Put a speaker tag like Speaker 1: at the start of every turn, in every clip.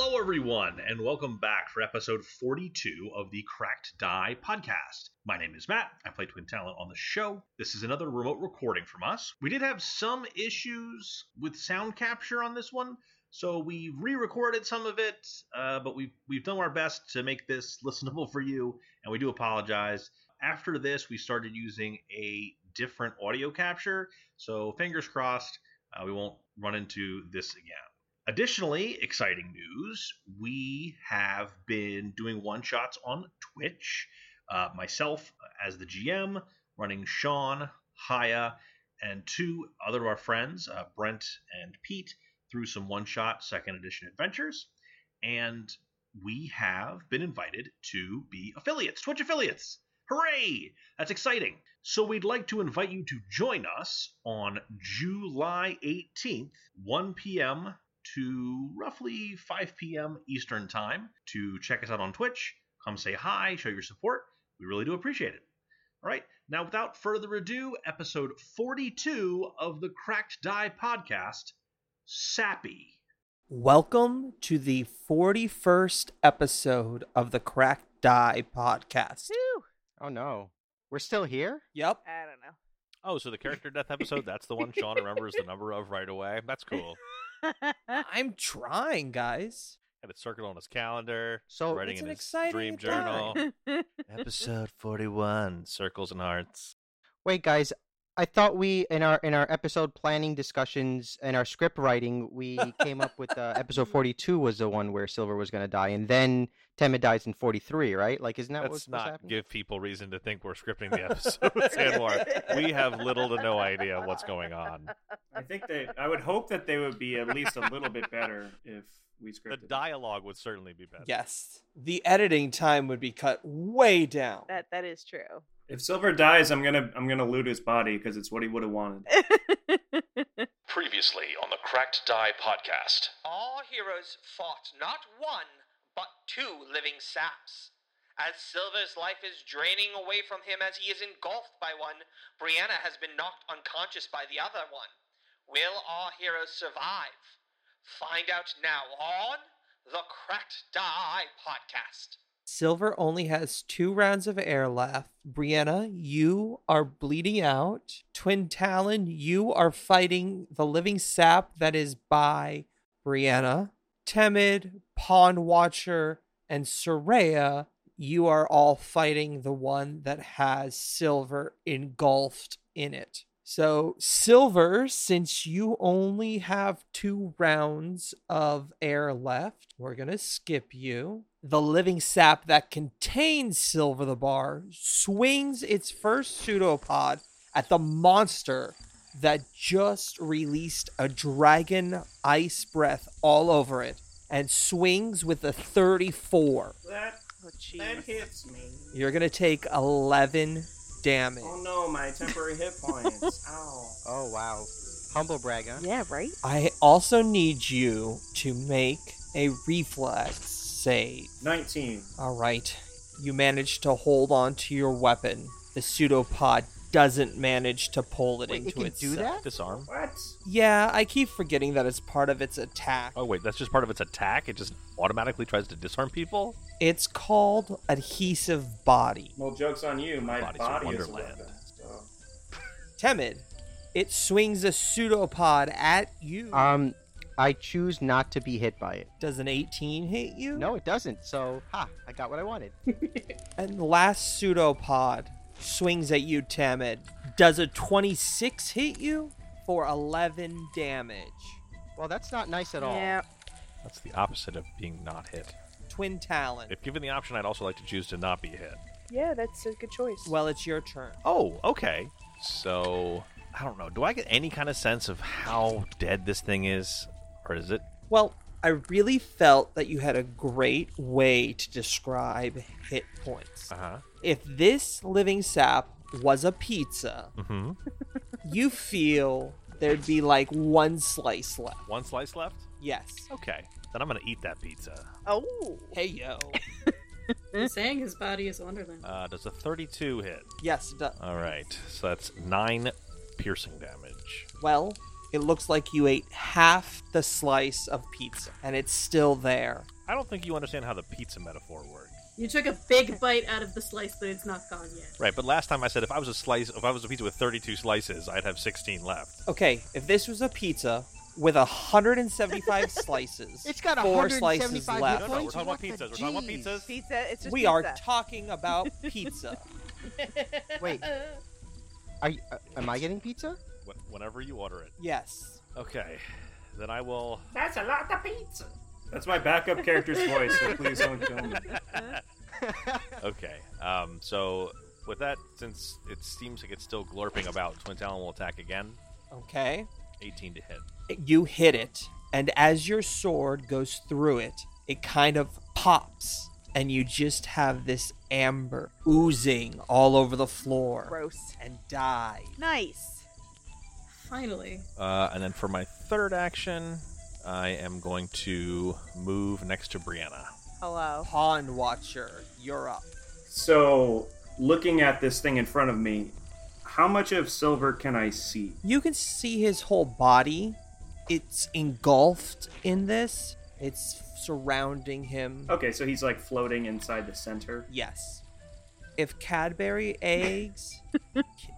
Speaker 1: everyone, and welcome back for episode 42 of the Cracked Die podcast. My name is Matt. I play Twin Talent on the show. This is another remote recording from us. We did have some issues with sound capture on this one, so we re-recorded some of it, uh, but we've we've done our best to make this listenable for you, and we do apologize. After this, we started using a different audio capture, so fingers crossed uh, we won't run into this again. Additionally, exciting news: we have been doing one shots on Twitch. Uh, myself as the GM, running Sean, Haya, and two other of our friends, uh, Brent and Pete through some one shot second edition adventures. And we have been invited to be affiliates, Twitch affiliates. Hooray! That's exciting. So we'd like to invite you to join us on July 18th, 1 p.m. to roughly 5 p.m. Eastern Time to check us out on Twitch. Come say hi, show your support. We really do appreciate it. All right, now without further ado, episode 42 of the Cracked Die podcast sappy.
Speaker 2: Welcome to the 41st episode of the Crack Die podcast.
Speaker 3: Whew.
Speaker 4: Oh no. We're still here?
Speaker 2: Yep.
Speaker 3: I don't know.
Speaker 1: Oh, so the character death episode, that's the one Sean remembers the number of right away. That's cool.
Speaker 2: I'm trying, guys.
Speaker 1: Had it circled on his calendar,
Speaker 4: So
Speaker 1: writing
Speaker 2: it's
Speaker 1: in
Speaker 2: an
Speaker 1: his
Speaker 2: exciting
Speaker 1: dream
Speaker 2: time.
Speaker 1: journal. episode 41, Circles and Hearts.
Speaker 4: wait guys, I thought we in our in our episode planning discussions and our script writing, we came up with uh, episode 42 was the one where Silver was going to die and then Temid dies in 43, right? Like isn't that what's
Speaker 1: Let's
Speaker 4: supposed to
Speaker 1: not
Speaker 4: happen?
Speaker 1: give people reason to think we're scripting the episode, Anwar. We have little to no idea what's going on.
Speaker 5: I think they. I would hope that they would be at least a little bit better if we
Speaker 1: The
Speaker 5: scripted. it.
Speaker 1: dialogue would certainly be better.
Speaker 2: Yes. The editing time would be cut way down.
Speaker 3: That that is true.
Speaker 5: if Silver dies, I'm gonna I'm gonna loot his body because it's what he would have wanted.
Speaker 3: Oh,
Speaker 1: Previously on the Cracked Die podcast.
Speaker 6: Our heroes fought not one, but two living saps. As Silver's life is draining away from him as he is engulfed by one, Brianna has been knocked unconscious by the other one. Will our heroes survive? Find out now on the Cracked Die podcast.
Speaker 2: Silver only has two rounds of air left. Brianna, you are bleeding out. Twin Talon, you are fighting the living sap that is by Brianna. Temid, Pawn Watcher, and Soraya, you are all fighting the one that has Silver engulfed in it. So, Silver, since you only have two rounds of air left, we're going to skip you. The living sap that contains Silver the Bar swings its first pseudopod at the monster that just released a dragon ice breath all over it and swings with a 34.
Speaker 5: That
Speaker 3: Oh jeez.
Speaker 5: hits me. Oh,
Speaker 2: You're going to take 11 damage.
Speaker 5: no, my temporary hit points. Ow.
Speaker 4: Oh wow. Humble brag, huh?
Speaker 3: Yeah, right?
Speaker 2: I also need you to make a reflex save.
Speaker 5: Nineteen.
Speaker 2: All right. You manage to hold on to your weapon. The pseudopod doesn't manage to pull it
Speaker 4: Wait,
Speaker 2: into
Speaker 4: it can
Speaker 2: itself.
Speaker 4: do that?
Speaker 1: Disarm.
Speaker 5: What?
Speaker 2: Yeah, I keep forgetting that it's part of its attack.
Speaker 1: Oh, wait, that's just part of its attack? It just automatically tries to disarm people?
Speaker 2: It's called adhesive body.
Speaker 5: Well, joke's on you. My
Speaker 1: Body's a
Speaker 5: body is a
Speaker 1: wonderland.
Speaker 5: weapon. So.
Speaker 2: Temid. It swings a pseudopod at you.
Speaker 4: Um I choose not to be hit by it.
Speaker 2: Does an 18 hit you?
Speaker 4: No, it doesn't. So, ha, I got what I wanted.
Speaker 2: And the last pseudopod swings at you, Temid. Does a 26 hit you for 11 damage?
Speaker 4: Well, that's not nice at all.
Speaker 3: Yeah.
Speaker 1: That's the opposite of being not hit.
Speaker 2: Twin Talon.
Speaker 1: If given the option, I'd also like to choose to not be hit.
Speaker 3: Yeah, that's a good choice.
Speaker 2: Well, it's your turn.
Speaker 1: Oh, okay. So, I don't know. Do I get any kind of sense of how dead this thing is? Or is it?
Speaker 2: Well, I really felt that you had a great way to describe hit points.
Speaker 1: Uh huh.
Speaker 2: If this living sap was a pizza,
Speaker 1: hmm.
Speaker 2: you feel there'd be like one slice left.
Speaker 1: One slice left?
Speaker 2: Yes.
Speaker 1: Okay. Then I'm going to eat that pizza.
Speaker 3: oh.
Speaker 2: Hey yo.
Speaker 7: He's saying his body is a Wonderland.
Speaker 1: Uh, does a 32 hit?
Speaker 2: Yes, it does.
Speaker 1: All right. So that's nine piercing damage.
Speaker 2: Well, It looks like you ate half the slice of pizza and it's still there.
Speaker 8: I don't think you understand how the pizza metaphor works.
Speaker 7: You took a big bite out of the slice that it's not gone yet.
Speaker 8: Right, but last time I said if I was a slice, if I was a pizza with 32 slices, I'd have 16 left.
Speaker 2: Okay, if this was a pizza with 175 slices,
Speaker 4: It's got
Speaker 2: four
Speaker 4: 175
Speaker 2: slices left.
Speaker 8: No, no, we're talking about pizzas. We're talking about pizzas.
Speaker 3: Pizza. It's just
Speaker 2: we
Speaker 3: pizza.
Speaker 2: are talking about pizza.
Speaker 4: Wait. Are you, uh, am I getting pizza?
Speaker 8: Wh- Whenever you order it.
Speaker 2: yes.
Speaker 8: Okay, then I will.
Speaker 5: That's a lot of pizza. That's my backup character's voice, so please don't kill me.
Speaker 8: Okay, um, so with that, since it seems like it's still glorping about, Twin Talon will attack again.
Speaker 2: Okay.
Speaker 8: 18 to hit.
Speaker 2: You hit it, and as your sword goes through it, it kind of pops, and you just have this amber oozing all over the floor
Speaker 3: gross.
Speaker 2: and die.
Speaker 3: Nice.
Speaker 7: Finally.
Speaker 8: Uh, and then for my third action, I am going to move next to Brianna.
Speaker 3: Hello.
Speaker 2: Pawn Watcher, you're up.
Speaker 5: So, looking at this thing in front of me, how much of silver can I see?
Speaker 2: You can see his whole body. It's engulfed in this. It's surrounding him.
Speaker 5: Okay, so he's like floating inside the center.
Speaker 2: Yes. If Cadbury eggs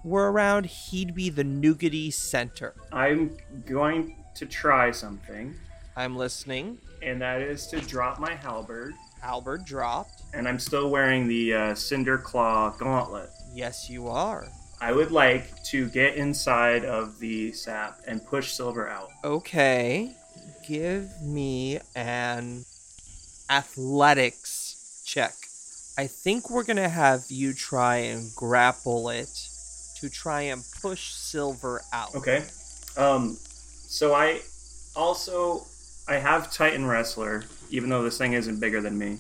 Speaker 2: were around, he'd be the nougaty center.
Speaker 5: I'm going to try something,
Speaker 2: I'm listening.
Speaker 5: and that is to drop my halberd.
Speaker 2: Albert dropped.
Speaker 5: And I'm still wearing the uh, Cinder Claw gauntlet.
Speaker 2: Yes, you are.
Speaker 5: I would like to get inside of the sap and push silver out.
Speaker 2: Okay. Give me an athletics check. I think we're going to have you try and grapple it to try and push Silver out.
Speaker 5: Okay. Um, so I also I have Titan Wrestler, even though this thing isn't bigger than me,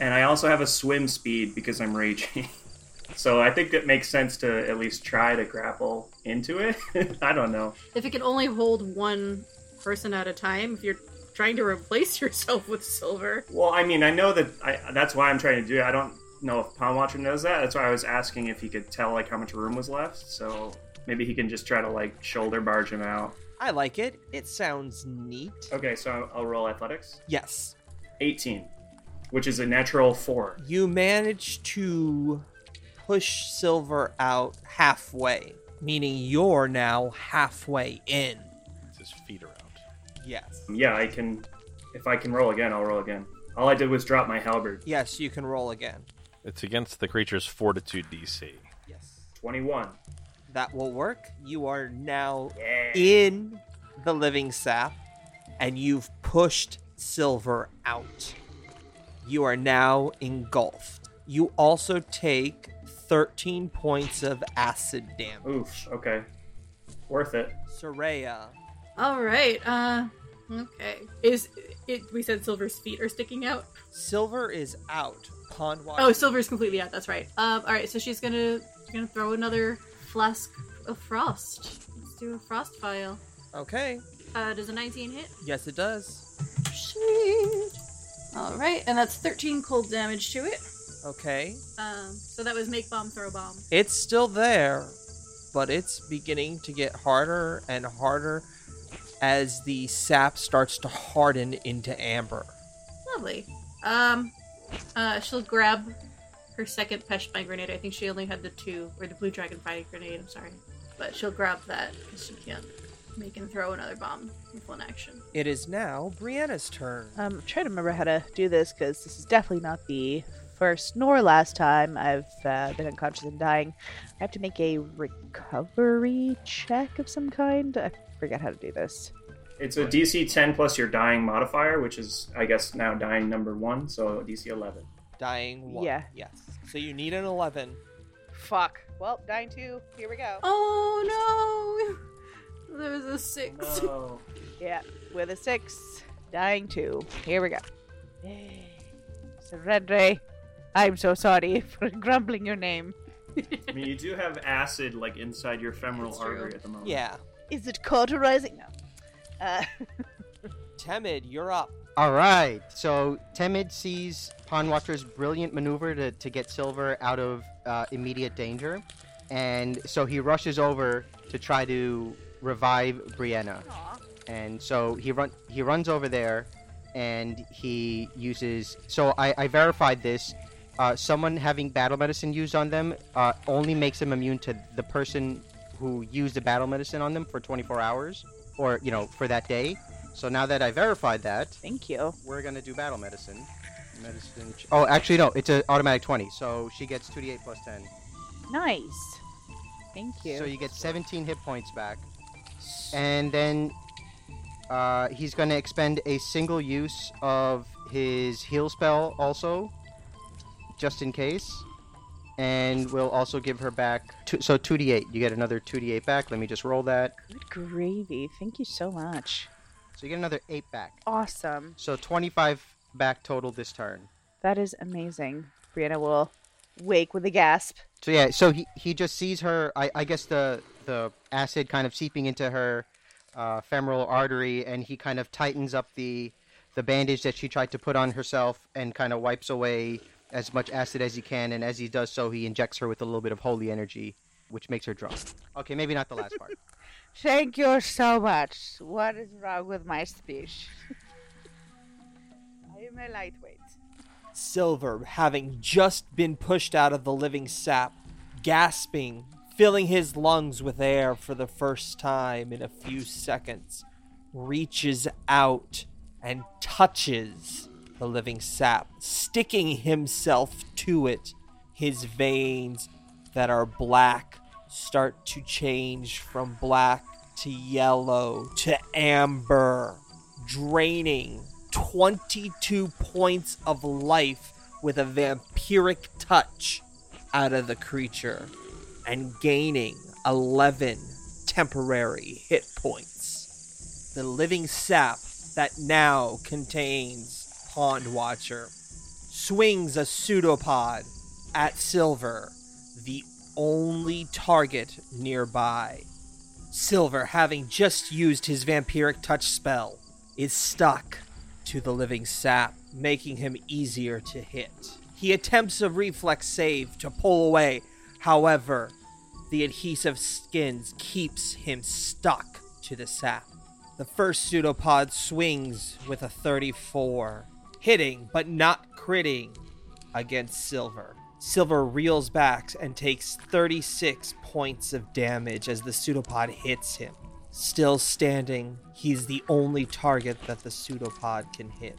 Speaker 5: and I also have a swim speed because I'm raging. so I think it makes sense to at least try to grapple into it. I don't know.
Speaker 7: If it can only hold one person at a time, if you're trying to replace yourself with silver,
Speaker 5: Well, I mean, I know that I, that's why I'm trying to do it. I don't know if Palm Watcher knows that. That's why I was asking if he could tell like how much room was left. So maybe he can just try to like shoulder barge him out.
Speaker 2: I like it. It sounds neat.
Speaker 5: Okay, so I'll roll athletics.
Speaker 2: Yes.
Speaker 5: 18, which is a natural four.
Speaker 2: you manage to push Silver out halfway, meaning you're now halfway in.
Speaker 8: It's his feet around.
Speaker 2: Yes.
Speaker 5: Yeah, I can. If I can roll again, I'll roll again. All I did was drop my halberd.
Speaker 2: Yes, you can roll again.
Speaker 8: It's against the creature's fortitude DC.
Speaker 2: Yes.
Speaker 5: 21.
Speaker 2: That will work. You are now
Speaker 5: Yeah.
Speaker 2: in the living sap, and you've pushed Silver out. You are now engulfed. You also take 13 points of acid damage.
Speaker 5: Oof. Okay. Worth it.
Speaker 2: Soraya,
Speaker 7: all right. Uh, okay. Is it? We said silver's feet are sticking out.
Speaker 2: Silver is out. Pond
Speaker 7: Oh, silver's completely out. That's right. Um, all right. So she's gonna gonna throw another flask of frost. Let's do a frost vial.
Speaker 2: Okay.
Speaker 7: Uh, does a 19 hit?
Speaker 2: Yes, it does.
Speaker 7: Sweet. All right, and that's 13 cold damage to it.
Speaker 2: Okay.
Speaker 7: Um, so that was make bomb, throw bomb.
Speaker 2: It's still there, but it's beginning to get harder and harder as the sap starts to harden into amber.
Speaker 7: Lovely. Um, uh, she'll grab her second Peshmai grenade. I think she only had the two, or the blue dragon fighting grenade. I'm sorry, but she'll grab that because she can't make and throw another bomb with one action.
Speaker 2: It is now Brianna's turn.
Speaker 3: Um, I'm trying to remember how to do this because this is definitely not the first nor last time I've uh, been unconscious and dying. I have to make a recovery check of some kind. I forget how to do this.
Speaker 5: It's a DC 10 plus your dying modifier, which is, I guess, now dying number one, so DC 11.
Speaker 2: Dying one.
Speaker 3: Yeah.
Speaker 2: Yes. So you need an 11.
Speaker 3: Fuck. Well, dying two. Here we go.
Speaker 7: Oh no! There was a six.
Speaker 5: No.
Speaker 3: Yeah, with a six. Dying two. Here we go. Surrender. I'm so sorry for grumbling your name.
Speaker 5: I mean, you do have acid, like, inside your femoral
Speaker 7: That's true.
Speaker 5: artery at the moment.
Speaker 2: Yeah.
Speaker 3: Is it cauterizing? No. Uh,
Speaker 2: Temid, you're up.
Speaker 4: All right. So Temid sees Pawn Watcher's brilliant maneuver to, to get Silver out of uh, immediate danger, and so he rushes over to try to revive Brianna. And so he run he runs over there, and he uses. So I, I verified this. Uh, someone having battle medicine used on them uh, only makes them immune to the person who used the battle medicine on them for 24 hours, or you know, for that day. So now that I verified that,
Speaker 3: Thank you.
Speaker 4: we're gonna do battle medicine. Medicine. ch- Oh, actually no, it's an automatic 20. So she gets 2d8 plus 10.
Speaker 3: Nice. Thank you.
Speaker 4: So you get 17 hit points back. And then uh, he's going to expend a single use of his heal spell also, just in case. And we'll also give her back. Two, so 2d8. You get another 2d8 back. Let me just roll that.
Speaker 3: Good gravy. Thank you so much.
Speaker 4: So you get another 8 back.
Speaker 3: Awesome.
Speaker 4: So 25 back total this turn.
Speaker 3: That is amazing. Brianna will wake with a gasp.
Speaker 4: So yeah, so he, he just sees her. I, I guess the the acid kind of seeping into her uh, femoral artery, and he kind of tightens up the the bandage that she tried to put on herself, and kind of wipes away as much acid as he can. And as he does so, he injects her with a little bit of holy energy, which makes her drunk. Okay, maybe not the last part.
Speaker 3: Thank you so much. What is wrong with my speech? I am a lightweight.
Speaker 2: Silver, having just been pushed out of the living sap, gasping, filling his lungs with air for the first time in a few seconds, reaches out and touches the living sap, sticking himself to it. His veins that are black start to change from black to yellow to amber draining 22 points of life with a vampiric touch out of the creature and gaining 11 temporary hit points. The living sap that now contains Pond Watcher swings a pseudopod at Silver, the only target nearby. Silver, having just used his vampiric touch spell, is stuck to the living sap, making him easier to hit. He attempts a reflex save to pull away, however, the adhesive skins keeps him stuck to the sap. The first pseudopod swings with a 34, hitting but not critting against Silver. Silver reels back and takes 36 points of damage as the pseudopod hits him. Still standing, he's the only target that the pseudopod can hit.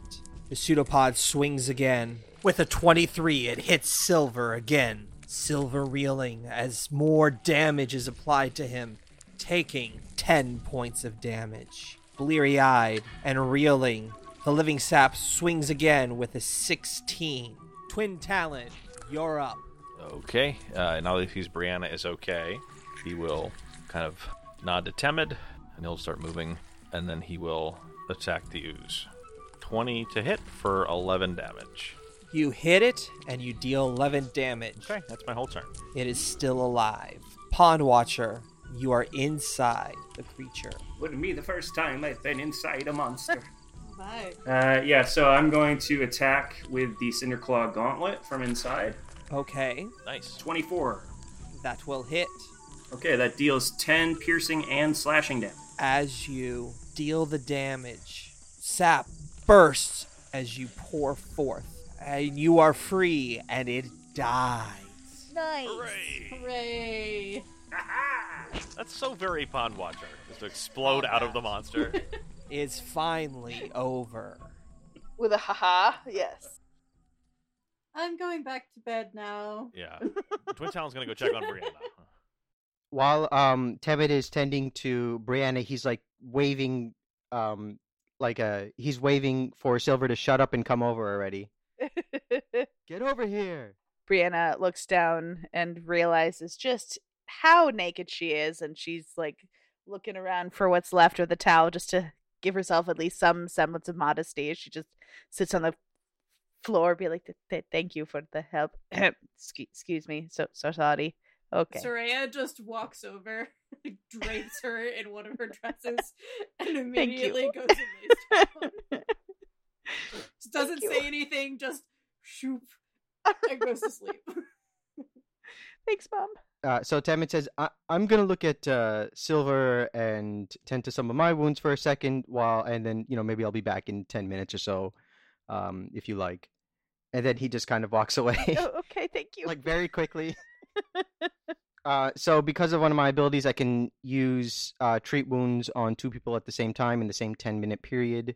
Speaker 2: The pseudopod swings again. With a 23, it hits Silver again. Silver reeling as more damage is applied to him, taking 10 points of damage. Bleary eyed and reeling, the living sap swings again with a 16. Twin Talon, you're up.
Speaker 8: Okay. Uh, now that he's Brianna is okay, he will kind of nod to Temid, and he'll start moving, and then he will attack the ooze. 20 to hit for 11 damage.
Speaker 2: You hit it and you deal 11 damage.
Speaker 8: Okay, that's my whole turn.
Speaker 2: It is still alive. Pond Watcher, you are inside the creature.
Speaker 5: Wouldn't be the first time I've been inside a monster.
Speaker 7: Bye.
Speaker 5: uh, yeah, so I'm going to attack with the Cinderclaw Gauntlet from inside.
Speaker 2: Okay,
Speaker 8: Nice.
Speaker 5: 24.
Speaker 2: that will hit
Speaker 5: Okay, that deals 10 piercing and slashing damage.
Speaker 2: as you deal the damage. Sap bursts as you pour forth, and you are free, and it dies.
Speaker 3: Nice.
Speaker 7: Hooray.
Speaker 8: That's so very Pond Watcher, is to explode out of the monster.
Speaker 2: It's finally over.
Speaker 3: With a haha, yes.
Speaker 7: I'm going back to bed now.
Speaker 8: yeah. Twin Talon's gonna go check on Brianna.
Speaker 4: While um Tebet is tending to Brianna, he's like waving um like a he's waving for Silver to shut up and come over already. Get over here.
Speaker 3: Brianna looks down and realizes just how naked she is, and she's like looking around for what's left of the towel just to give herself at least some semblance of modesty. She just sits on the floor, be like, "Th- th- "Thank you for the help." Excuse- Excuse me, so so sorry. Okay,
Speaker 7: Soraya just walks over, drapes her in one of her dresses, and
Speaker 3: you.
Speaker 7: immediately goes in lays down. Just doesn't
Speaker 3: you.
Speaker 7: say anything, just shoop, and goes to sleep.
Speaker 3: thanks, mom.
Speaker 4: Uh, so Tamit says, I- "I'm gonna look at uh, Silver and tend to some of my wounds for a second, while and then you know maybe I'll be back in ten minutes or so, um, if you like." And then he just kind of walks away,
Speaker 3: oh, okay, thank you.
Speaker 4: like very quickly. Uh, so because of one of my abilities, I can use uh, treat wounds on two people at the same time in the same ten minute period.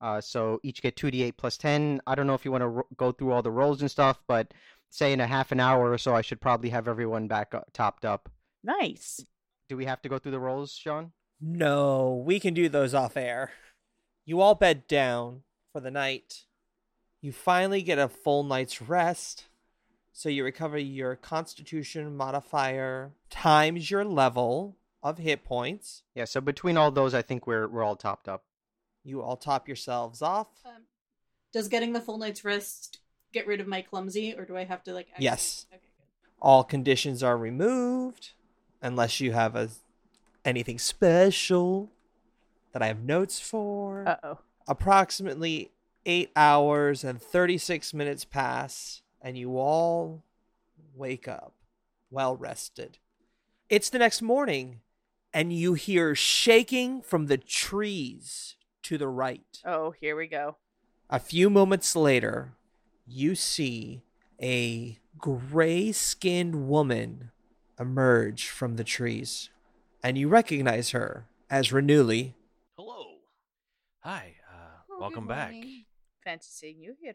Speaker 4: Uh, so each get two d eight plus ten. I don't know if you want to ro- go through all the rolls and stuff, but say in a half an hour or so, I should probably have everyone back up, topped up.
Speaker 3: nice.
Speaker 4: Do we have to go through the rolls, Sean?
Speaker 2: No, we can do those off air. You all bed down for the night. You finally get a full night's rest. So you recover your constitution modifier times your level of hit points.
Speaker 4: Yeah. So between all those, I think we're we're all topped up.
Speaker 2: You all top yourselves off.
Speaker 7: Um, does getting the full night's rest get rid of my clumsy, or do I have to like? actually-
Speaker 2: Yes.
Speaker 7: Okay, good.
Speaker 2: All conditions are removed unless you have a anything special that I have notes for.
Speaker 3: Uh oh.
Speaker 2: approximately eight hours and 36 minutes pass, and you all wake up well rested. It's the next morning, and you hear shaking from the trees to the right.
Speaker 3: Oh, here we go.
Speaker 2: A few moments later, you see a gray skinned woman emerge from the trees, and you recognize her as Renuli.
Speaker 1: Hello.
Speaker 8: Hi, uh,
Speaker 9: Oh, good
Speaker 8: welcome back.
Speaker 9: morning.
Speaker 3: Fancy seeing you here.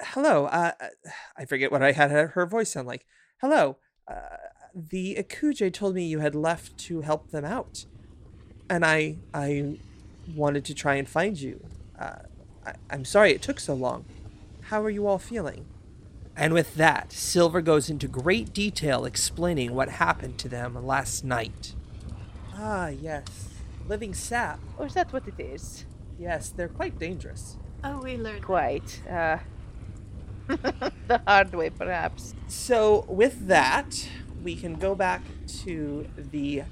Speaker 2: hello uh, uh, i forget what i had her her voice sound like hello uh, the akuje told me you had left to help them out and i i wanted to try and find you uh, I, i'm sorry it took so long how are you all feeling and with that silver goes into great detail explaining what happened to them last night ah yes living sap
Speaker 3: Oh, is that what it is?
Speaker 2: yes they're quite dangerous
Speaker 7: Oh, we learned.
Speaker 3: Quite. Uh, the hard way, perhaps.
Speaker 2: So with that, we can go back to the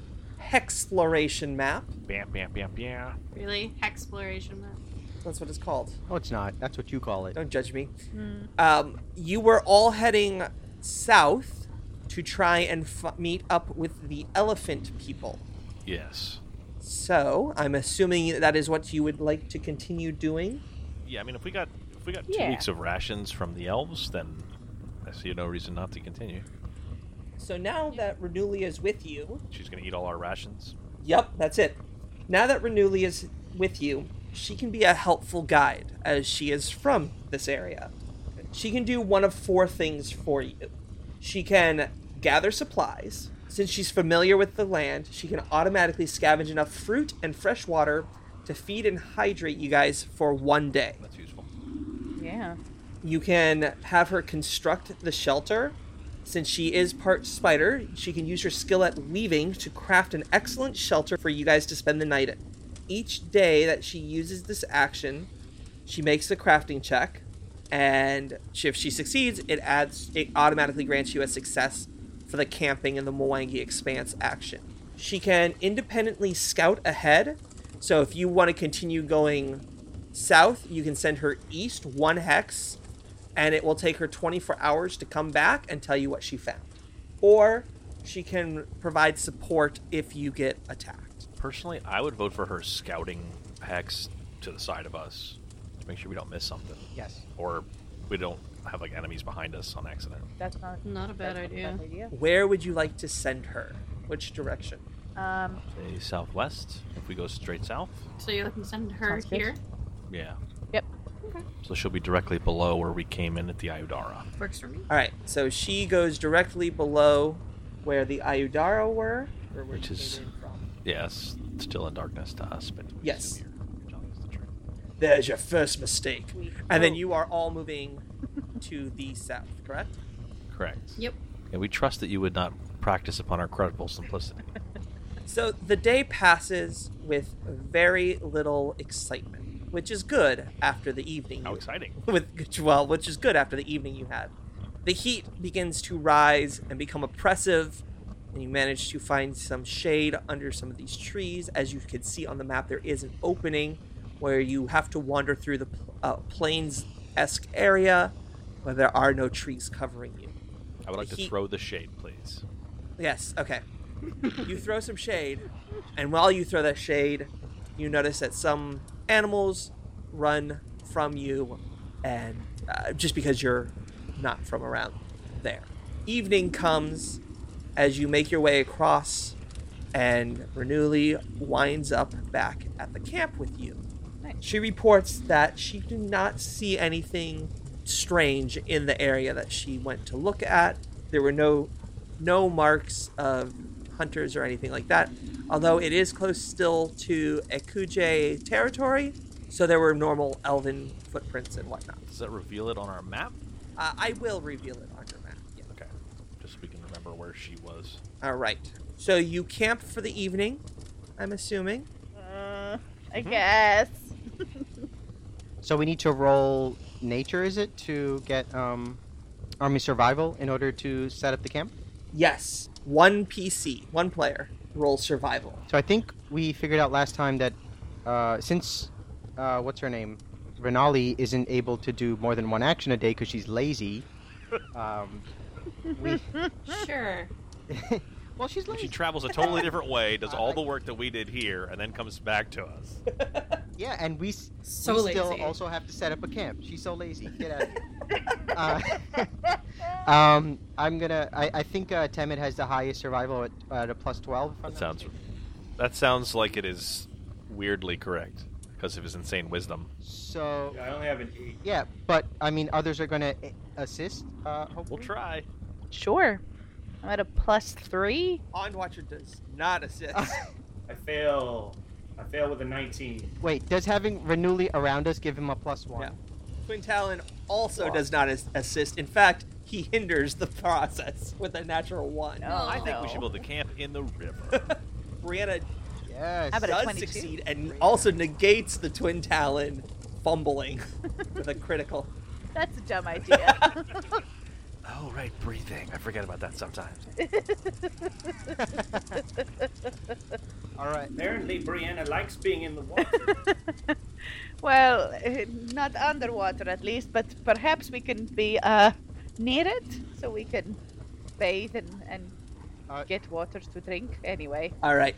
Speaker 2: hexploration map.
Speaker 8: Bam, bam, bam, bam.
Speaker 7: Really? Exploration map.
Speaker 2: That's what it's called.
Speaker 4: No, it's not. That's what you call it.
Speaker 2: Don't judge me. Um, you were all heading south to try and f- meet up with the elephant people.
Speaker 8: Yes.
Speaker 2: So I'm assuming that is what you would like to continue doing.
Speaker 8: Yeah, I mean, if we got if we got two
Speaker 3: Yeah.
Speaker 8: weeks of rations from the elves, then I see no reason not to continue.
Speaker 2: So now that Renulia is with you,
Speaker 8: She's gonna eat all our rations.
Speaker 2: Yep, that's it. Now that Renuli is with you, she can be a helpful guide as she is from this area. She can do one of four things for you. She can gather supplies. Since she's familiar with the land, she can automatically scavenge enough fruit and fresh water to feed and hydrate you guys for one day.
Speaker 8: That's useful.
Speaker 3: Yeah.
Speaker 2: You can have her construct the shelter. Since she is part spider, she can use her skill at weaving to craft an excellent shelter for you guys to spend the night in. Each day that she uses this action, she makes a crafting check, and she- if she succeeds, it adds it automatically grants you a success for the camping in the Mwangi Expanse action. She can independently scout ahead, so if you want to continue going south, you can send her east one hex, and it will take her 24 hours to come back and tell you what she found. Or she can provide support if you get attacked.
Speaker 8: Personally, I would vote for her scouting hex to the side of us to make sure we don't miss something,
Speaker 4: Yes.
Speaker 8: or we don't have like enemies behind us on accident.
Speaker 3: That's not,
Speaker 7: Not a bad
Speaker 3: that's
Speaker 7: idea.
Speaker 3: Not a bad
Speaker 2: Where would you like to send her? Which direction?
Speaker 3: idea. Um,
Speaker 8: Say southwest. If we go straight south,
Speaker 7: So you can send her
Speaker 3: Sounds good.
Speaker 7: here.
Speaker 8: yeah.
Speaker 3: Yep.
Speaker 8: So she'll be directly below where we came in at the Iodara.
Speaker 7: Works for me.
Speaker 2: All right, so she goes directly below where the Ayudara were, or where
Speaker 8: Which
Speaker 2: she
Speaker 8: is-
Speaker 2: came in from.
Speaker 8: Yes, it's still in darkness to us, but we
Speaker 2: Yes.
Speaker 8: assume you're telling us the truth.
Speaker 2: There's your first mistake.
Speaker 3: We-
Speaker 2: And then
Speaker 3: oh.
Speaker 2: you are all moving to the south, correct?
Speaker 8: Correct.
Speaker 7: Yep.
Speaker 8: And we trust that you would not practice upon our credible simplicity.
Speaker 2: So the day passes with very little excitement, which is good after the evening.
Speaker 8: How
Speaker 2: you-
Speaker 8: exciting!
Speaker 2: with well, which is good after the evening you had. The heat begins to rise and become oppressive, and you manage to find some shade under some of these trees. As you can see on the map, there is an opening where you have to wander through the pl- uh, plains-esque area where there are no trees covering you.
Speaker 8: I would like to
Speaker 2: He-
Speaker 8: throw the shade, please.
Speaker 2: Yes, okay. you throw some shade, and while you throw that shade, you notice that some animals run from you, and uh, just because you're not from around there. Evening comes as you make your way across, and Renuli winds up back at the camp with you. She reports that she did not see anything strange in the area that she went to look at. There were no no marks of hunters or anything like that. Although it is close still to Ekuje territory, so there were normal elven footprints and whatnot.
Speaker 8: Does that reveal it on our map?
Speaker 2: Uh, I will reveal it on your map. Yeah.
Speaker 8: Okay. Just so we can remember where she was.
Speaker 2: All right. So you camp for the evening, I'm assuming.
Speaker 3: Uh, I guess.
Speaker 4: So we need to roll nature, is it, to get um, army survival in order to set up the camp?
Speaker 2: Yes. One PC, one player, roll survival.
Speaker 4: So I think we figured out last time that uh, since uh, what's her name, Renali isn't able to do more than one action a day because she's lazy. Um, we,
Speaker 7: Ah. Sure.
Speaker 4: well, she's lazy.
Speaker 8: She travels a totally different way, does all the work that we did here, and then comes back to us.
Speaker 4: yeah, and we s-
Speaker 7: So
Speaker 4: we
Speaker 7: lazy.
Speaker 4: still also have to set up a camp. She's so lazy. Get out of here. Uh, um, I'm gonna. I, I think uh, Temid has the highest survival at, at a plus twelve. if I'm
Speaker 8: That
Speaker 4: not
Speaker 8: sounds.
Speaker 4: mistaken.
Speaker 8: That sounds like it is weirdly correct because of his insane wisdom.
Speaker 4: So
Speaker 5: Yeah, I only have an eight.
Speaker 4: yeah, but I mean, others are gonna a- assist. Uh,
Speaker 8: We'll
Speaker 4: hopefully.
Speaker 8: try.
Speaker 3: Sure. I'm at a plus three.
Speaker 2: On Watcher does not assist.
Speaker 5: I fail. I fail with a 19.
Speaker 4: Wait, does having Renuli around us give him a plus one?
Speaker 2: Yeah. Twin Talon also does not as- assist. In fact, he hinders the process with a natural one.
Speaker 3: Oh,
Speaker 8: I think
Speaker 3: no.
Speaker 8: we should build a camp in the river.
Speaker 2: Brianna
Speaker 4: Yes.
Speaker 3: How about a
Speaker 2: does
Speaker 3: 22?
Speaker 2: succeed and also negates the Twin Talon fumbling with a critical.
Speaker 3: That's a dumb idea.
Speaker 8: oh right, breathing. I forget about that sometimes.
Speaker 4: All right.
Speaker 5: Apparently, Brianna likes being in the water.
Speaker 3: well, eh, not underwater at least, but perhaps we can be uh, near it so we can bathe and, and
Speaker 4: Uh,
Speaker 3: get water to drink anyway.
Speaker 2: All right.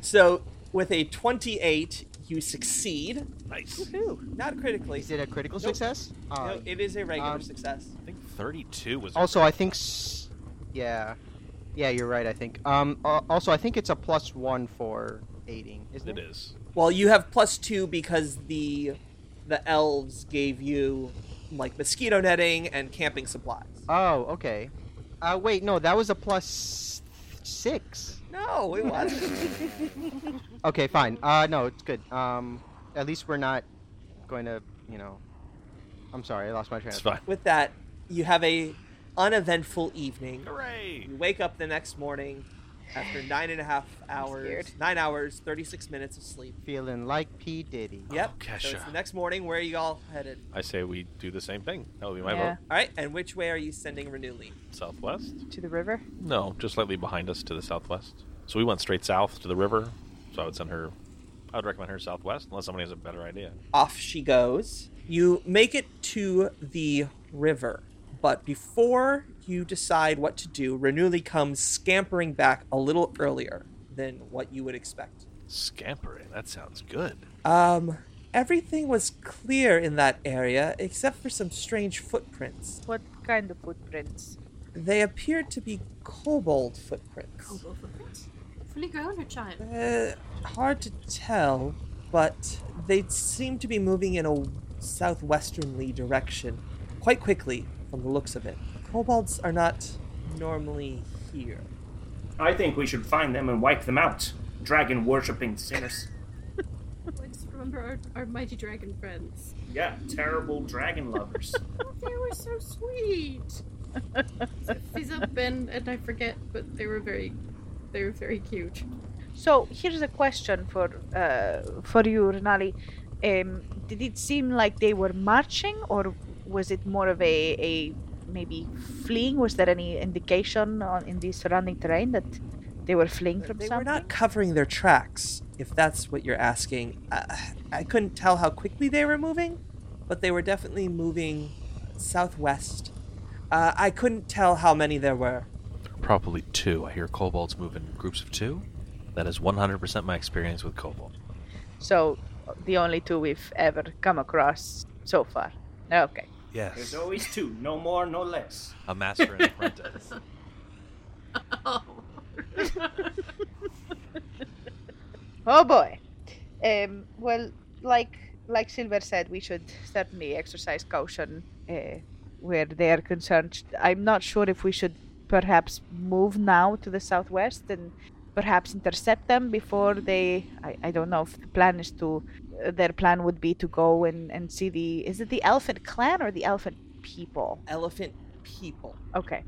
Speaker 2: So with a 28, you succeed.
Speaker 8: Nice.
Speaker 2: Woohoo! Not critically.
Speaker 4: Is it a critical
Speaker 2: Nope.
Speaker 4: success? Uh,
Speaker 2: no, it is a regular
Speaker 4: um,
Speaker 2: success.
Speaker 8: I think 32 was.
Speaker 4: also, I think. S- yeah. Yeah, you're right. I think. Um. al- Also, I think it's a plus one for aiding, isn't
Speaker 8: It
Speaker 4: it?
Speaker 8: is.
Speaker 2: Well, you have plus two because the the elves gave you like mosquito netting and camping supplies.
Speaker 4: Oh, okay. Uh, wait, no, that was a plus six.
Speaker 2: No, it wasn't.
Speaker 8: Mm-hmm.
Speaker 4: Okay, fine. Uh, no, it's good. Um, at least we're not going to, you know. I'm sorry, I lost my train.
Speaker 8: It's
Speaker 4: of thought.
Speaker 8: fine.
Speaker 2: With that, you have a uneventful evening.
Speaker 8: Hooray!
Speaker 2: You wake up the next morning after nine and a half hours,
Speaker 3: scared.
Speaker 2: nine hours, thirty-six minutes of sleep.
Speaker 4: Feeling like P Diddy.
Speaker 2: Yep. So it's
Speaker 8: Oh, Kesha.
Speaker 2: the next morning. Where are you all headed?
Speaker 8: I say we do the same thing. That would be my
Speaker 3: Yeah.
Speaker 8: vote.
Speaker 2: All right. And which way are you sending Renuli?
Speaker 8: Southwest?
Speaker 3: To the river?
Speaker 8: No, just slightly behind us to the southwest. So we went straight south to the river. So I would send her. I would recommend her southwest, unless somebody has a better idea.
Speaker 2: off she goes. You make it to the river, but before you decide what to do, Renuli comes scampering back a little earlier than what you would expect.
Speaker 8: Scampering. That sounds good.
Speaker 2: Um, everything was clear in that area except for some strange footprints.
Speaker 3: What kind of footprints?
Speaker 2: They appeared to be kobold footprints.
Speaker 7: Kobold footprints? Fully grown or giant?
Speaker 2: Uh, hard to tell, but they seem to be moving in a southwesternly direction quite quickly from the looks of it. Kobolds are not normally here.
Speaker 5: I think we should find them and wipe them out. Dragon worshipping sinners.
Speaker 7: I just remember our, our mighty dragon friends.
Speaker 5: Yeah, terrible dragon lovers.
Speaker 7: They were so sweet. These up and and I forget, but they were very, they were very cute.
Speaker 3: So here's a question for uh, for you, Renali. Um, did it seem like they were marching, or was it more of a, a maybe fleeing? Was there any indication on, in the surrounding terrain that they were fleeing from
Speaker 2: they were
Speaker 3: something?
Speaker 2: not covering their tracks, if that's what you're asking. I, I couldn't tell how quickly they were moving, but they were definitely moving southwest. Uh, I couldn't tell how many there were.
Speaker 8: Probably two. I hear kobolds move in groups of two. That is 100% my experience with kobold.
Speaker 3: So, the only two we've ever come across so far. Okay.
Speaker 8: Yes.
Speaker 5: There's always two, no more, no less.
Speaker 8: A master and apprentice.
Speaker 7: Oh.
Speaker 3: Oh boy. Um, well, like like Silver said, we should certainly exercise caution uh, where they are concerned. I'm not sure if we should perhaps move now to the southwest and perhaps intercept them before they. I, I don't know if the plan is to. uh, Their plan would be to go and, and see the. Is it the elephant clan or the elephant people?
Speaker 2: Elephant people.
Speaker 3: Okay.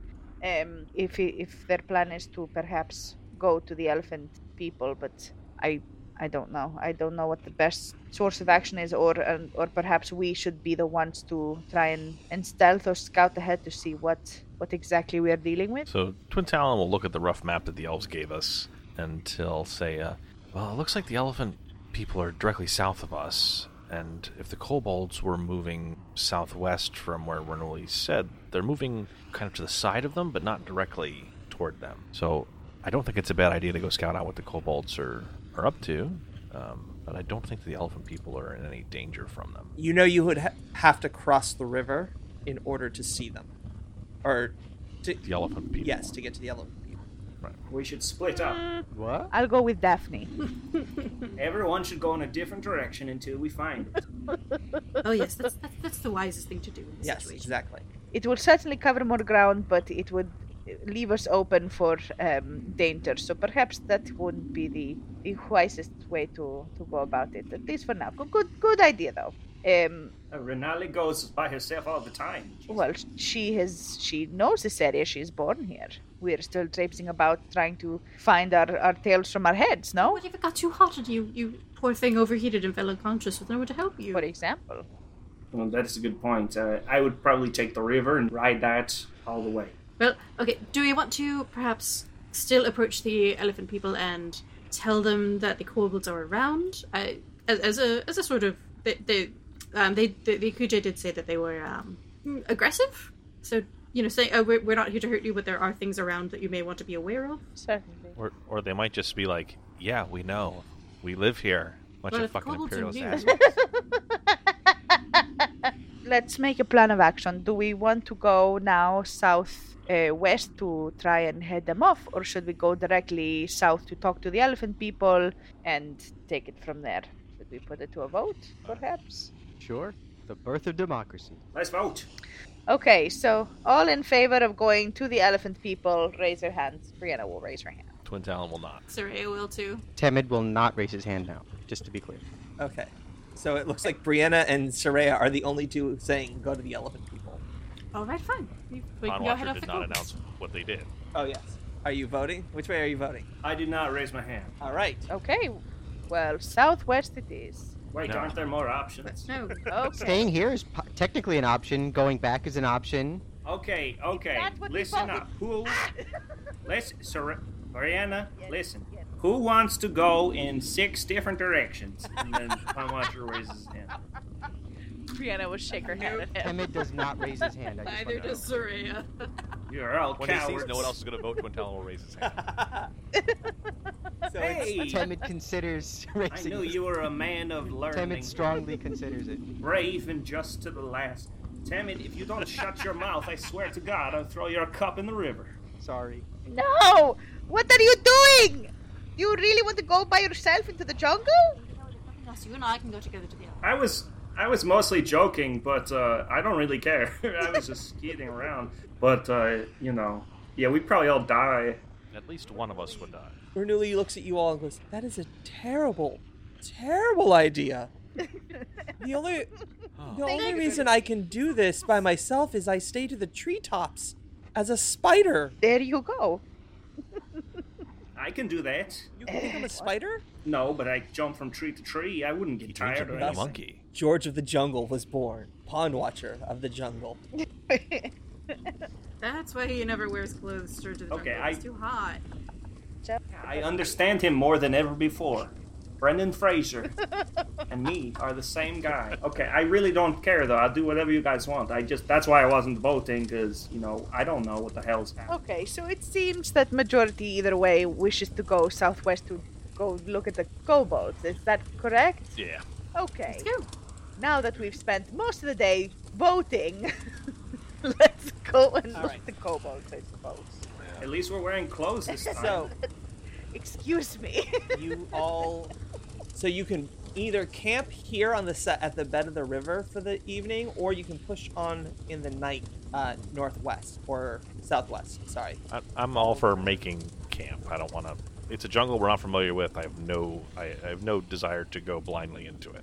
Speaker 3: Um, if i- if their plan is to perhaps go to the elephant people, but I I don't know. I don't know what the best source of action is, or and or perhaps we should be the ones to try and, and stealth or scout ahead to see what what exactly we are dealing with.
Speaker 8: so Twin Talon will look at the rough map that the elves gave us and he'll say, uh, well, it looks like the elephant people are directly south of us. And if the kobolds were moving southwest from where Renoli said, they're moving kind of to the side of them, but not directly toward them. So I don't think it's a bad idea to go scout out what the kobolds are, are up to. Um, but I don't think the elephant people are in any danger from them.
Speaker 2: You know you would ha- have to cross the river in order to see them, or to
Speaker 8: The elephant people.
Speaker 2: yes to get to the elephant people.
Speaker 5: We should split up.
Speaker 4: What?
Speaker 3: I'll go with Daphne.
Speaker 5: Everyone should go in a different direction until we find it.
Speaker 7: oh yes, that's, that's that's the wisest thing to do in this
Speaker 2: Yes,
Speaker 7: situation.
Speaker 2: exactly.
Speaker 3: It will certainly cover more ground, but it would leave us open for um, danger. So perhaps that wouldn't be the, the wisest way to, to go about it, at least for now. Good, good, good idea though. Um,
Speaker 5: Uh, Renali goes by herself all the time.
Speaker 3: well, she has she knows this area. She's born here. We're still traipsing about trying to find our, our tails from our heads, no?
Speaker 7: What if it got too hot and you, you poor thing overheated and fell unconscious with no one to help you?
Speaker 3: For example.
Speaker 5: Well, that's a good point. Uh, I would probably take the river and ride that all the way.
Speaker 7: Well, okay, do we want to perhaps still approach the elephant people and tell them that the kobolds are around? I, as, as a as a sort of they they um, they the, the Akuja did say that they were um, aggressive, so you know saying oh we're, we're not here to hurt you, but there are things around that you may want to be aware of.
Speaker 3: Certainly.
Speaker 8: Or, or they might just be like, yeah, we know. We live here. Bunch
Speaker 7: Well,
Speaker 8: of
Speaker 7: if the
Speaker 8: fucking
Speaker 7: kobolds are
Speaker 8: imperialist
Speaker 7: here-
Speaker 8: assholes.
Speaker 3: Let's make a plan of action. Do we want to go now south uh, west to try and head them off, or should we go directly south to talk to the elephant people and take it from there? Should we put it to a vote, perhaps?
Speaker 4: Sure. The birth of democracy.
Speaker 5: Let's vote.
Speaker 3: Okay, so all in favor of going to the elephant people, raise your hands. Brianna will raise her hand.
Speaker 8: Twin Talon will not.
Speaker 7: Saray will too.
Speaker 4: Temid will not raise his hand now, just to be clear.
Speaker 2: Okay, so it looks like Brianna and Saraya are the only two saying go to the elephant people.
Speaker 7: All right, fine. We we can go ahead
Speaker 8: Onwatcher
Speaker 7: off
Speaker 8: did
Speaker 7: the
Speaker 8: not
Speaker 7: kobolds.
Speaker 8: announce what they did.
Speaker 2: Oh yes. Are you voting? Which way are you voting?
Speaker 5: I did not raise my hand.
Speaker 2: All right.
Speaker 3: Okay, well, southwest it is. Oh,
Speaker 5: Wait,
Speaker 8: No.
Speaker 5: aren't there more options?
Speaker 7: No,
Speaker 3: Okay.
Speaker 4: Staying here is po- technically an option. Going back is an option.
Speaker 5: Okay, okay.
Speaker 3: That's what we
Speaker 5: Listen
Speaker 3: voted.
Speaker 5: up. Who? Let's, Sar- Mariana,
Speaker 3: Ah! Yes,
Speaker 5: listen.
Speaker 3: yes.
Speaker 5: Who wants to go in six different directions? And then Pine Watcher raises his hand.
Speaker 3: Brianna will shake her hand at him.
Speaker 4: Temid does not raise his hand. I just
Speaker 7: neither
Speaker 4: want to know.
Speaker 7: does Saraya.
Speaker 5: You're all
Speaker 8: When he
Speaker 5: cowards.
Speaker 8: sees no one else is going to vote, Twin Talon will raise his hand.
Speaker 2: so it's,
Speaker 5: Hey,
Speaker 4: Temid considers
Speaker 5: I
Speaker 4: raising.
Speaker 5: knew
Speaker 4: his-
Speaker 5: you were a man of learning,
Speaker 4: Temid strongly considers it.
Speaker 5: brave and just to the last. Tamid, if you don't shut your mouth, I swear to God, I'll throw your cup in the river.
Speaker 4: Sorry.
Speaker 3: No! What are you doing? You really want to go by yourself into the jungle?
Speaker 7: you and I can go together to the elephant.
Speaker 5: I was I was mostly joking, but uh, I don't really care. I was just kidding around. But uh, you know, yeah, we probably all die.
Speaker 8: At least one of us would die.
Speaker 2: Bernoulli looks at you all and goes, "That is a terrible, terrible idea." the only the only reason I can do this by myself is I stay to the treetops as a spider.
Speaker 3: There you go.
Speaker 5: I can do that.
Speaker 2: You can think I'm a spider?
Speaker 5: No, but I jump from tree to tree. I wouldn't get
Speaker 8: He turns
Speaker 5: tired
Speaker 8: into
Speaker 5: or
Speaker 8: a
Speaker 5: anything.
Speaker 8: monkey.
Speaker 2: George of the Jungle was born, Pond Watcher of the Jungle.
Speaker 7: That's why he never wears clothes. Sure, to the
Speaker 5: Okay,
Speaker 7: jungle.
Speaker 5: I-
Speaker 7: it's too hot.
Speaker 5: I understand him more than ever before. Brendan Fraser and me are the same guy. Okay, I really don't care though. I'll do whatever you guys want. I just that's why I wasn't voting because you know I don't know what the hell's happening.
Speaker 3: Okay, so it seems that majority either way wishes to go southwest to go look at the go boats. Is that correct?
Speaker 8: Yeah.
Speaker 3: Okay.
Speaker 7: Let's go.
Speaker 3: Now that we've spent most of the day voting, let's go and
Speaker 2: All
Speaker 3: look
Speaker 2: right.
Speaker 3: at the go boats, I suppose.
Speaker 5: At least we're wearing clothes this time.
Speaker 2: So
Speaker 3: Excuse me.
Speaker 2: you all, so you can either camp here on the set at the bed of the river for the evening, or you can push on in the night uh, northwest or southwest. Sorry.
Speaker 8: I, I'm all for making camp. I don't want to. It's a jungle we're not familiar with. I have no. I, I have no desire to go blindly into it.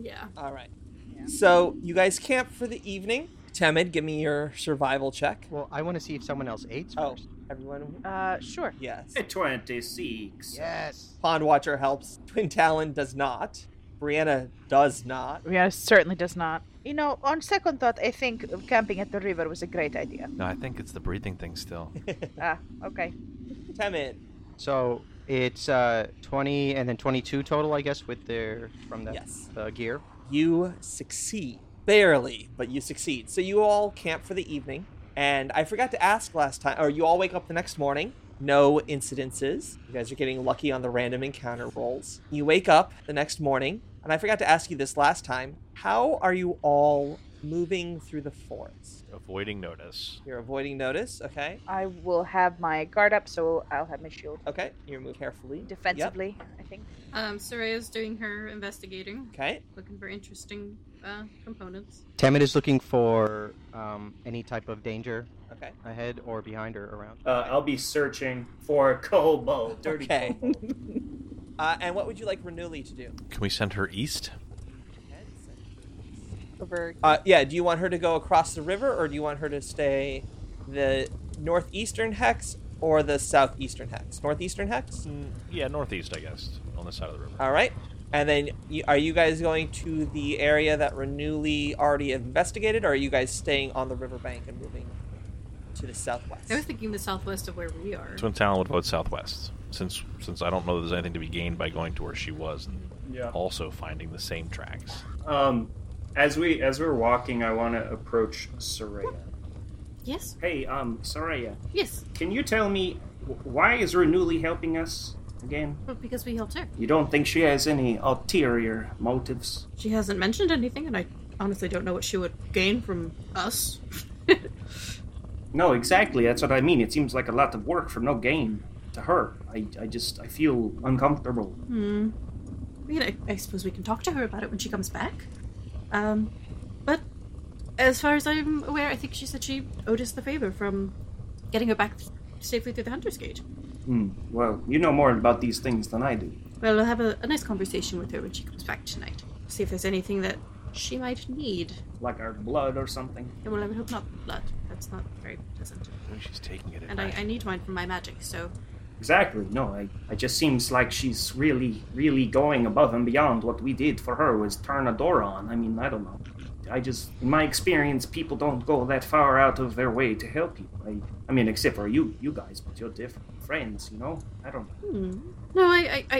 Speaker 7: Yeah.
Speaker 2: All right.
Speaker 3: Yeah.
Speaker 2: So you guys camp for the evening. Temid, give me your survival check.
Speaker 4: Well, I want to see if someone else ate
Speaker 2: Oh,
Speaker 4: first.
Speaker 2: everyone.
Speaker 3: Uh, sure.
Speaker 2: Yes.
Speaker 5: Twenty six.
Speaker 4: Yes.
Speaker 2: Pond Watcher helps. Twin Talon does not. Brianna does not.
Speaker 3: Yeah, certainly does not. You know, on second thought, I think camping at the river was a great idea.
Speaker 8: No, I think it's the breathing thing still.
Speaker 3: Ah, okay.
Speaker 2: Temid,
Speaker 4: So it's uh 20 and then 22 total, I guess, with their from the
Speaker 2: Yes.
Speaker 4: the gear.
Speaker 2: you succeed. Barely, but you succeed. So you all camp for the evening. And I forgot to ask last time, or you all wake up the next morning. No incidences. You guys are getting lucky on the random encounter rolls. You wake up the next morning, and I forgot to ask you this last time. How are you all moving through the forest?
Speaker 8: Avoiding notice.
Speaker 2: You're avoiding notice, okay?
Speaker 3: I will have my guard up, so I'll have my shield
Speaker 2: Okay, you're moving carefully. Yep.
Speaker 3: defensively, I think.
Speaker 7: Um, Soraya's doing her investigating,
Speaker 2: Okay.
Speaker 7: looking for interesting uh, components.
Speaker 4: Temid is looking for um, any type of danger
Speaker 2: Okay.
Speaker 4: ahead or behind or around.
Speaker 5: Uh, I'll be searching for Kobo. Dirty
Speaker 2: Okay.
Speaker 5: Kobo.
Speaker 2: Uh, and what would you like Renuli to do?
Speaker 8: Can we send her east?
Speaker 3: Over.
Speaker 2: Uh, yeah, do you want her to go across the river or do you want her to stay the northeastern hex or the southeastern hex? Northeastern hex?
Speaker 8: Yeah, northeast, I guess, on the side of the river.
Speaker 2: All right. And then you, are you guys going to the area that Renuli already investigated or are you guys staying on the riverbank and moving to the southwest?
Speaker 7: I was thinking the southwest of where we are.
Speaker 8: Twin Town would vote southwest, since since I don't know there's anything to be gained by going to where she was, and
Speaker 5: Yeah.
Speaker 8: also finding the same tracks.
Speaker 5: Um, as we as we're walking, I want to approach Soraya.
Speaker 7: Yes.
Speaker 5: Hey, um, Soraya,
Speaker 7: Yes.
Speaker 5: can you tell me wh- why is Renuli helping us again?
Speaker 7: Well, because we helped her.
Speaker 5: You don't think she has any ulterior motives?
Speaker 7: She hasn't mentioned anything, and I honestly don't know what she would gain from us.
Speaker 5: No, exactly. That's what I mean. It seems like a lot of work for no gain to her. I, I just I feel uncomfortable.
Speaker 7: Hmm. I mean, I, I suppose we can talk to her about it when she comes back. Um, but as far as I'm aware, I think she said she owed us the favor from getting her back safely through the Hunter's Gate.
Speaker 5: Hmm. Well, you know more about these things than I do.
Speaker 7: Well, I'll have a, a nice conversation with her when she comes back tonight. See if there's anything that she might need.
Speaker 5: Like our blood or something.
Speaker 7: And well, I would hope not blood. That's not very pleasant.
Speaker 8: I think she's taking it. at
Speaker 7: And I,
Speaker 8: night.
Speaker 7: I need mine for my magic, so
Speaker 5: Exactly. No, I, I just seems like she's really, really going above and beyond what we did for her was turn a door on. I mean, I don't know. I just, in my experience, people don't go that far out of their way to help you. I, I mean, except for you, you guys, but you're different friends, you know. I don't.
Speaker 7: Hmm. No, I, I,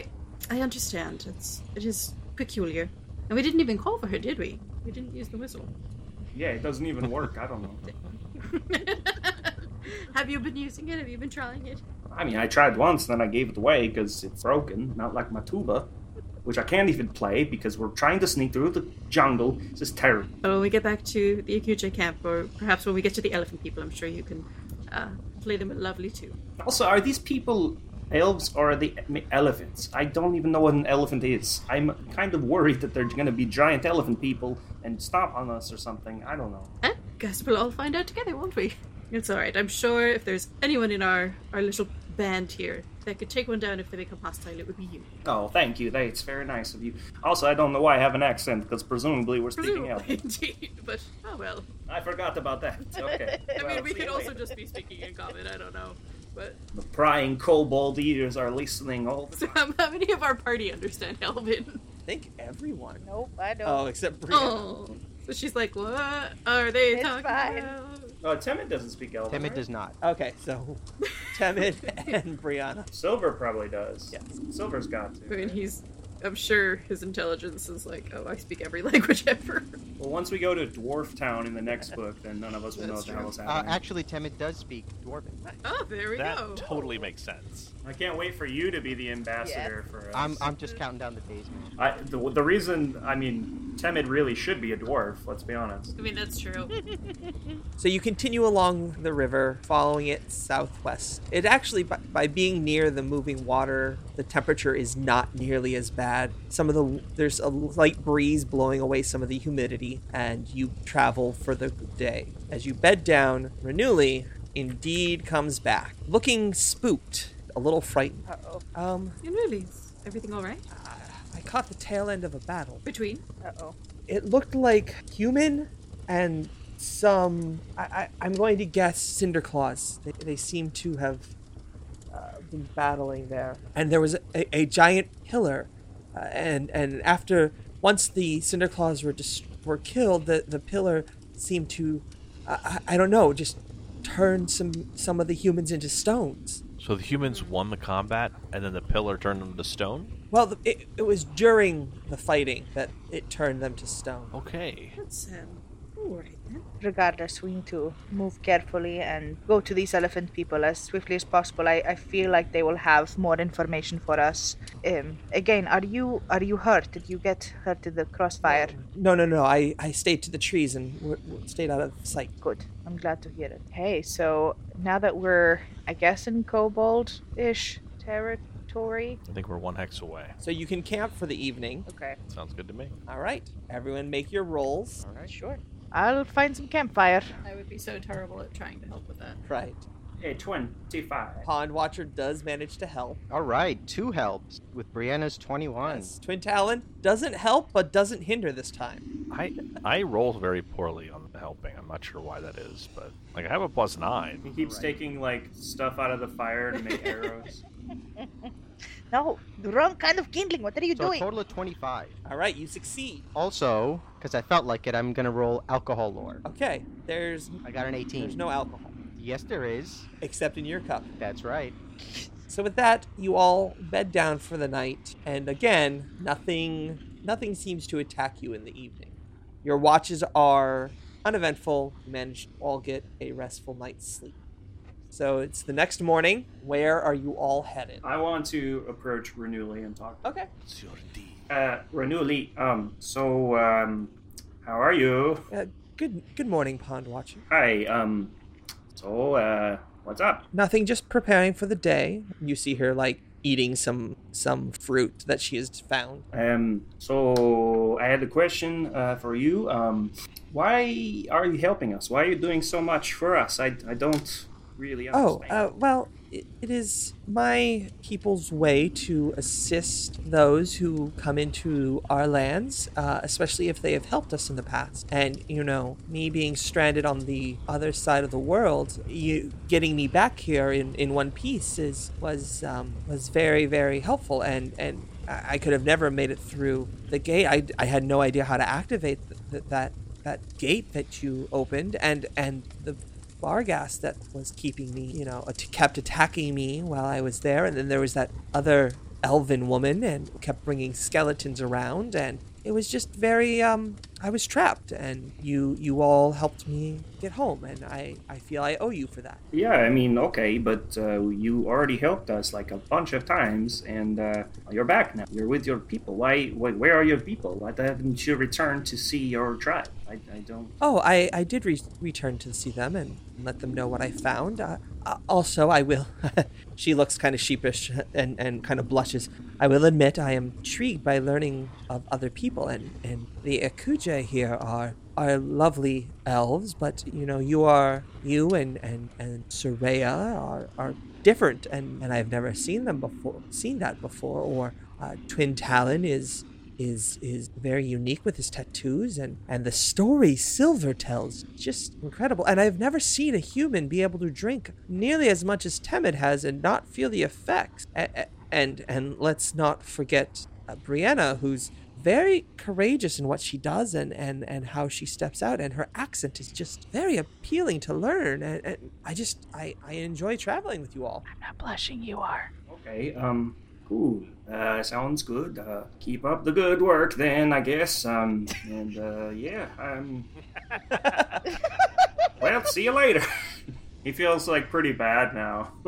Speaker 7: I, I understand. It's it is peculiar, and we didn't even call for her, did we? We didn't use the whistle.
Speaker 5: Yeah, it doesn't even work. I don't know.
Speaker 7: Have you been using it? Have you been trying it?
Speaker 5: I mean, I tried once, then I gave it away because it's broken, not like my tuba, which I can't even play because we're trying to sneak through the jungle. This is terrible.
Speaker 7: But when we get back to the Akuja camp, or perhaps when we get to the elephant people, I'm sure you can uh, play them lovely too.
Speaker 5: Also, are these people elves or are they e- elephants? I don't even know what an elephant is. I'm kind of worried that they're going to be giant elephant people and stomp on us or something. I don't know.
Speaker 7: I Eh? guess we'll all find out together, won't we? It's all right. I'm sure if there's anyone in our our little band here that could take one down if they become hostile, it would be you.
Speaker 5: Oh, thank you. That's very nice of you. Also, I don't know why I have an accent because presumably we're speaking
Speaker 7: Presumably,
Speaker 5: elven.
Speaker 7: indeed. But oh well.
Speaker 5: I forgot about that. Okay.
Speaker 7: I
Speaker 5: Well,
Speaker 7: mean, we
Speaker 5: see
Speaker 7: could
Speaker 5: you
Speaker 7: also
Speaker 5: later.
Speaker 7: just be speaking in common. I don't know. But
Speaker 5: The prying kobold ears are listening all the
Speaker 7: so,
Speaker 5: time.
Speaker 7: um, how many of our party understand Elvin?
Speaker 2: I think everyone.
Speaker 3: Nope, I don't.
Speaker 2: Oh, except Brianna.
Speaker 7: Oh, so she's like, "What are they
Speaker 3: It's
Speaker 7: talking
Speaker 3: fine.
Speaker 7: about?"
Speaker 5: Oh, Temid doesn't speak elven.
Speaker 4: Temid
Speaker 5: right?
Speaker 4: does not.
Speaker 2: Okay, so Temid and Brianna.
Speaker 5: Silver probably does.
Speaker 2: Yes.
Speaker 5: Silver's got to.
Speaker 7: I mean, he's I'm sure his intelligence is like, oh, I speak every language ever.
Speaker 5: Well, once we go to Dwarf Town in the next book, then none of us will know
Speaker 7: That's
Speaker 5: what the hell
Speaker 7: true.
Speaker 5: is
Speaker 4: Uh,
Speaker 5: happening.
Speaker 4: actually, Temid does speak Dwarven.
Speaker 7: Oh, there we
Speaker 8: that
Speaker 7: go.
Speaker 8: totally makes sense.
Speaker 5: I can't wait for you to be the ambassador for us.
Speaker 4: I'm, I'm just counting down the days. man.
Speaker 5: I, the, the reason, I mean, Temid really should be a dwarf, let's be honest.
Speaker 7: I mean, that's true.
Speaker 2: So you continue along the river, following it southwest. It actually, by, by being near the moving water, the temperature is not nearly as bad. Some of the there's a light breeze blowing away some of the humidity, and you travel for the day. As you bed down, Renuli indeed comes back, looking spooked, a little frightened.
Speaker 3: Uh-oh.
Speaker 2: Um,
Speaker 7: And really, is everything all right
Speaker 2: I caught the tail end of a battle.
Speaker 7: between?
Speaker 3: Uh-oh.
Speaker 2: It looked like human and some. I, I, I'm going to guess cinder claws. They, they seem to have uh, been battling there. And there was a, a giant pillar, uh, and and after once the cinder claws were dis- were killed, the the pillar seemed to, I I, I don't know, just turn some some of the humans into stones.
Speaker 8: So the humans won the combat, and then the pillar turned them to stone.
Speaker 2: Well, the, it, it was during the fighting that it turned them to stone.
Speaker 8: Okay.
Speaker 7: That's um, all right then.
Speaker 3: Regardless, we need to move carefully and go to these elephant people as swiftly as possible. I, I feel like they will have more information for us. Um, again, are you are you hurt? Did you get hurt in the crossfire?
Speaker 2: No, no, no. I, I stayed to the trees and w- w- stayed out of sight.
Speaker 3: Good. I'm glad to hear it. Hey, so now that we're, I guess, in kobold ish territory.
Speaker 8: I think we're one hex away.
Speaker 2: So you can camp for the evening.
Speaker 3: Okay.
Speaker 8: Sounds good to me.
Speaker 2: All right. Everyone make your rolls.
Speaker 4: All right.
Speaker 3: Sure. I'll find some campfire.
Speaker 7: I would be so terrible at trying to help with that.
Speaker 2: Right.
Speaker 5: Hey, 25.
Speaker 2: Pond Watcher does manage to help.
Speaker 4: All right, two helps with Brianna's 21.
Speaker 2: Yes. Twin Talon doesn't help, but doesn't hinder this time.
Speaker 8: I I roll very poorly on helping. I'm not sure why that is, but like I have a plus
Speaker 5: He
Speaker 8: nine.
Speaker 5: keeps
Speaker 4: Right.
Speaker 5: taking, like, stuff out of the fire to make arrows.
Speaker 3: No, the wrong kind of kindling. What are you
Speaker 4: So a
Speaker 3: doing?
Speaker 4: total of 25.
Speaker 2: All right. You succeed.
Speaker 4: Also, because I felt like it, I'm going to roll alcohol lore.
Speaker 2: Okay. There's
Speaker 4: I got an
Speaker 2: there's
Speaker 4: 18.
Speaker 2: no alcohol
Speaker 4: Yes, there is.
Speaker 2: except in your cup.
Speaker 4: That's right.
Speaker 2: So with that, you all bed down for the night, and again, nothing nothing seems to attack you in the evening. Your watches are uneventful. You manage to all get a restful night's sleep. So it's the next morning. Where are you all headed?
Speaker 5: I want to approach Renuli and talk.
Speaker 2: Okay.
Speaker 8: It's your D.
Speaker 5: Uh, Renuli, um, so, um, how are you?
Speaker 2: Uh, good good morning, Pond Watcher.
Speaker 5: Hi, um, so, uh, what's up?
Speaker 2: Nothing, just preparing for the day. You see her like eating some some fruit that she has found.
Speaker 5: Um, so I had a question uh, for you. Um, why are you helping us? Why are you doing so much for us? I, I don't really
Speaker 2: Oh,
Speaker 5: understand.
Speaker 2: uh, well, it, it is my people's way to assist those who come into our lands, uh, especially if they have helped us in the past. And, you know, me being stranded on the other side of the world, you getting me back here in, in one piece is was um, was very, very helpful. And, and I I could have never made it through the gate. I, I had no idea how to activate th- th- that that gate that you opened and and the bar gas that was keeping me, you know, att- kept attacking me while I was there. And then there was that other elven woman and kept bringing skeletons around. And it was just very, um, I was trapped. And you, you all helped me get home. And I, I feel I owe you for that.
Speaker 5: Yeah, I mean, okay, but uh, you already helped us like a bunch of times, and uh, you're back now. You're with your people. Why? why where are your people? Why haven't you returned to see your tribe? I, I don't.
Speaker 2: Oh, I, I did re- return to see them and let them know what I found. Uh, uh, also, I will. she looks kind of sheepish and, and kind of blushes. I will admit I am intrigued by learning of other people, and, and the Akuja here are are lovely elves, but you know, you are you and and and Soraya are are different, and and I've never seen them before, seen that before, or. Uh, Twin Talon is is is very unique with his tattoos and and the story silver tells just incredible and i've never seen a human be able to drink nearly as much as temid has and not feel the effects A- a- and and let's not forget uh, brianna who's very courageous in what she does and, and, and how she steps out and her accent is just very appealing to learn and, and i just I, I enjoy traveling with you all
Speaker 3: I'm not blushing, you are.
Speaker 5: Okay. Um. Ooh, uh, sounds good. Uh, keep up the good work, then I guess. Um, and uh, yeah, um, well, see you later. he feels like pretty bad now.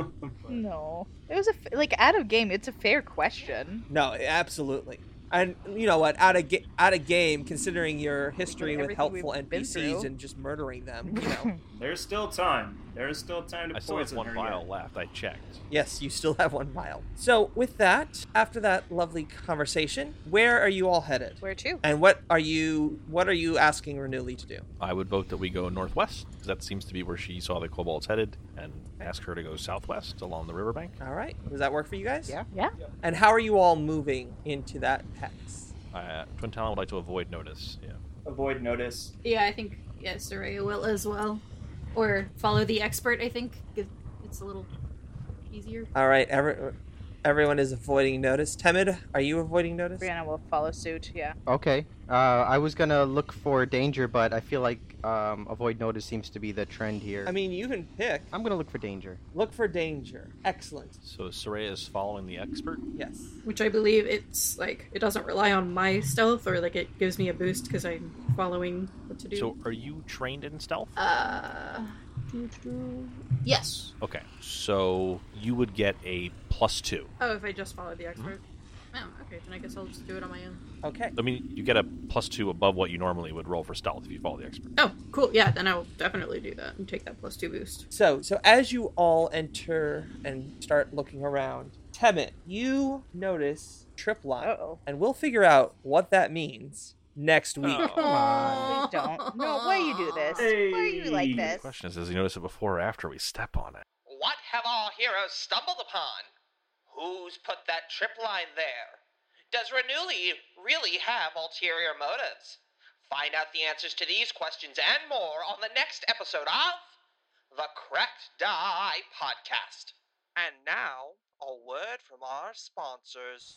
Speaker 9: No, it was a f- like out of game. It's a fair question.
Speaker 2: No, absolutely. And you know what? Out of ga- out of game, considering your history with
Speaker 9: everything
Speaker 2: helpful
Speaker 9: we've been
Speaker 2: NPCs
Speaker 9: through.
Speaker 2: and just murdering them, you know.
Speaker 5: There's still time. There's still time to
Speaker 8: I still have
Speaker 5: poison
Speaker 8: one
Speaker 5: her
Speaker 8: vial
Speaker 5: yet.
Speaker 8: left. I checked.
Speaker 2: yes, you still have one mile. So with that, after that lovely conversation, where are you all headed?
Speaker 9: Where to?
Speaker 2: And what are you what are you asking Renuli to do?
Speaker 8: I would vote that we go northwest, 'cause that seems to be where she saw the kobolds headed, and ask her to go southwest along the riverbank.
Speaker 2: All right. Does that work for you guys?
Speaker 4: Yeah.
Speaker 3: Yeah.
Speaker 2: And how are you all moving into that hex?
Speaker 8: Uh, Twin Talon would like to avoid notice. Yeah.
Speaker 5: Avoid notice.
Speaker 7: Yeah, I think yeah, Soraya will as well, or follow the expert. I think Give- it's a little easier.
Speaker 2: All right. Every, everyone is avoiding notice. Temid, are you avoiding notice?
Speaker 9: Brianna will follow suit. Yeah.
Speaker 4: Okay. Uh, I was gonna look for danger, but I feel like um, avoid notice seems to be the trend here.
Speaker 2: I mean, you can pick.
Speaker 4: I'm gonna look for danger.
Speaker 2: Look for danger. Excellent.
Speaker 8: So Soraya is following the expert.
Speaker 2: Yes.
Speaker 7: Which I believe it's like it doesn't rely on my stealth, or like it gives me a boost because I'm following what to do.
Speaker 8: So are you trained in stealth?
Speaker 7: uh, yes.
Speaker 8: Okay. So you would get a plus two.
Speaker 7: Oh, if I just follow the expert. Oh, okay. Then I guess I'll just do it on my own.
Speaker 2: Okay.
Speaker 8: I mean, you get a plus two above what you normally would roll for stealth if you follow the expert.
Speaker 7: Oh, cool. Yeah, then I will definitely do that and take that plus two boost.
Speaker 2: So, so as you all enter and start looking around, Temit, you notice trip line,
Speaker 9: Uh-oh.
Speaker 2: and we'll figure out what that means next
Speaker 6: Oh.
Speaker 2: week.
Speaker 9: Please don't. No, why you do this? Why are you like
Speaker 5: Hey.
Speaker 8: The
Speaker 9: this?
Speaker 8: question is, does he notice it before or after we step on it?
Speaker 6: What have our heroes stumbled upon? Who's put that trip line there? Does Renuli really have ulterior motives? Find out the answers to these questions and more on the next episode of the Correct Die Podcast. And now, a word from our sponsors.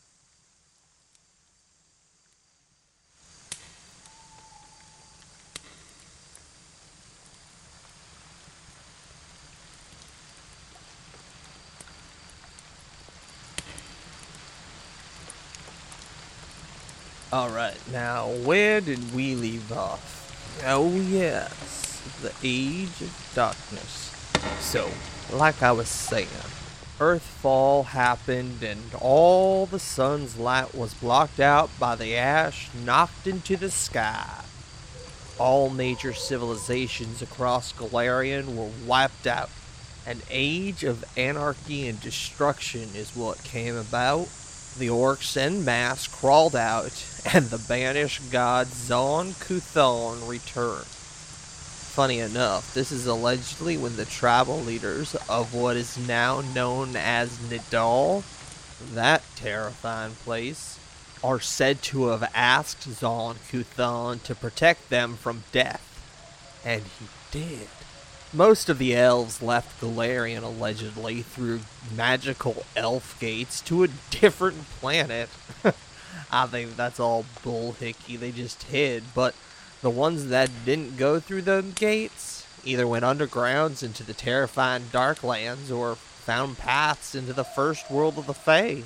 Speaker 2: All right, now where did we leave off? Oh, yes, the Age of Darkness. So, like I was saying, Earthfall happened and all the sun's light was blocked out by the ash knocked into the sky. All major civilizations across Galarian were wiped out. An age of anarchy and destruction is what came about. The orcs en masse crawled out, and the banished god Zon Kuthon returned. Funny enough, this is allegedly when the tribal leaders of what is now known as Nidal, that terrifying place, are said to have asked Zon Kuthon to protect them from death. And he did. Most of the elves left Galarian allegedly through magical elf gates to a different planet. I think that's all bullhickey. They just hid, but the ones that didn't go through them gates either went undergrounds into the terrifying Darklands or found paths into the first world of the Fae.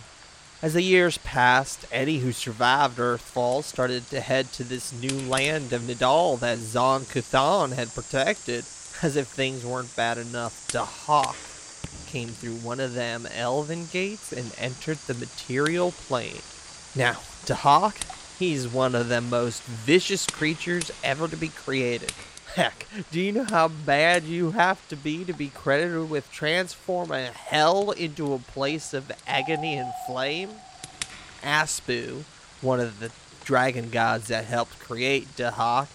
Speaker 2: As the years passed, Eddie, who survived Earthfall, started to head to this new land of Nidal that Zon Kuthan had protected, as if things weren't bad enough. Dahak came through one of them elven gates and entered the material plane. Now, Dahak, he's one of the most vicious creatures ever to be created. Heck, do you know how bad you have to be to be credited with transforming hell into a place of agony and flame? Aspu, one of the dragon gods that helped create Dahak,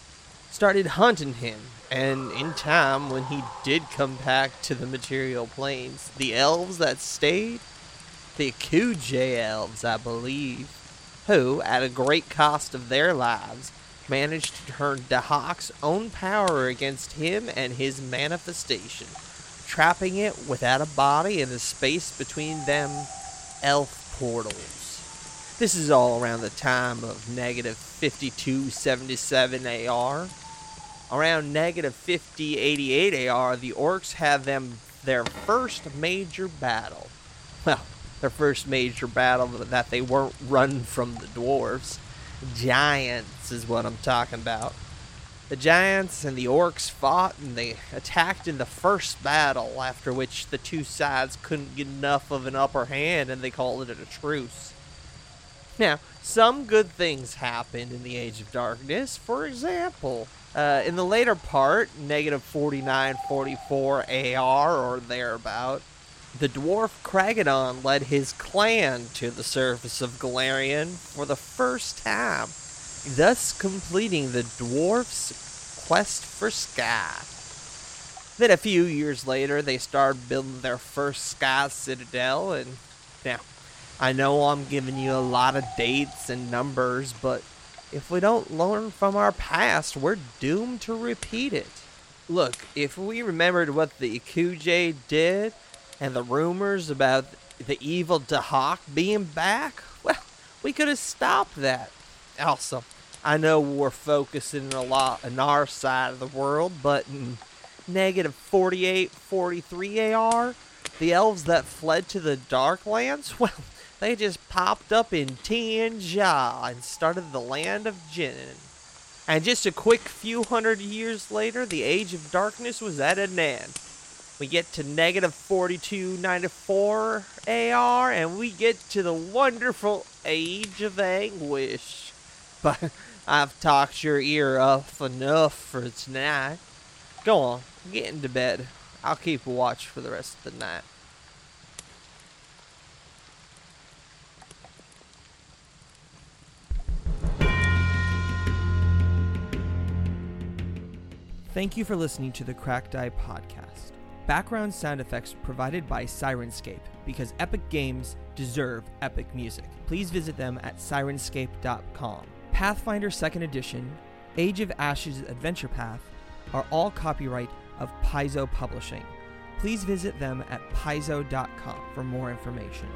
Speaker 2: started hunting him, and in time, when he did come back to the material planes, the elves that stayed, the Akuj elves, I believe, who, at a great cost of their lives, managed to turn Dahak's own power against him and his manifestation, trapping it without a body in the space between them elf portals. This is all around the time of negative 5277 AR. Around negative 5088 AR, the orcs had them their first major battle. Well, their first major battle that they weren't run from the dwarves. Giants is what I'm talking about. The giants and the orcs fought and they attacked in the first battle, after which the two sides couldn't get enough of an upper hand and they called it a truce. Now, some good things happened in the Age of Darkness. For example, uh, in the later part, negative 49, 44 AR or thereabout, the dwarf Kragadon led his clan to the surface of Galarian for the first time, thus completing the dwarf's quest for Sky. Then a few years later, they started building their first Sky Citadel, and now I know I'm giving you a lot of dates and numbers, but if we don't learn from our past, we're doomed to repeat it. Look, if we remembered what the Ikuje did and the rumors about the evil Dahak being back, well, we could have stopped that. Also, I know we're focusing a lot on our side of the world, but in negative 48, 43 AR, the elves that fled to the Darklands, well, they just popped up in Tianjia and started the land of Jinn. And just a quick few hundred years later, the Age of Darkness was at an end. We get to negative 4294 AR, and we get to the wonderful Age of Anguish. But I've talked your ear off enough for tonight. Go on, get into bed. I'll keep watch for the rest of the night. Thank you for listening to the Cracked Eye podcast. Background sound effects provided by Sirenscape because epic games deserve epic music. Please visit them at sirenscape.com. Pathfinder 2nd Edition, Age of Ashes Adventure Path are all copyright of Paizo Publishing. Please visit them at paizo.com for more information.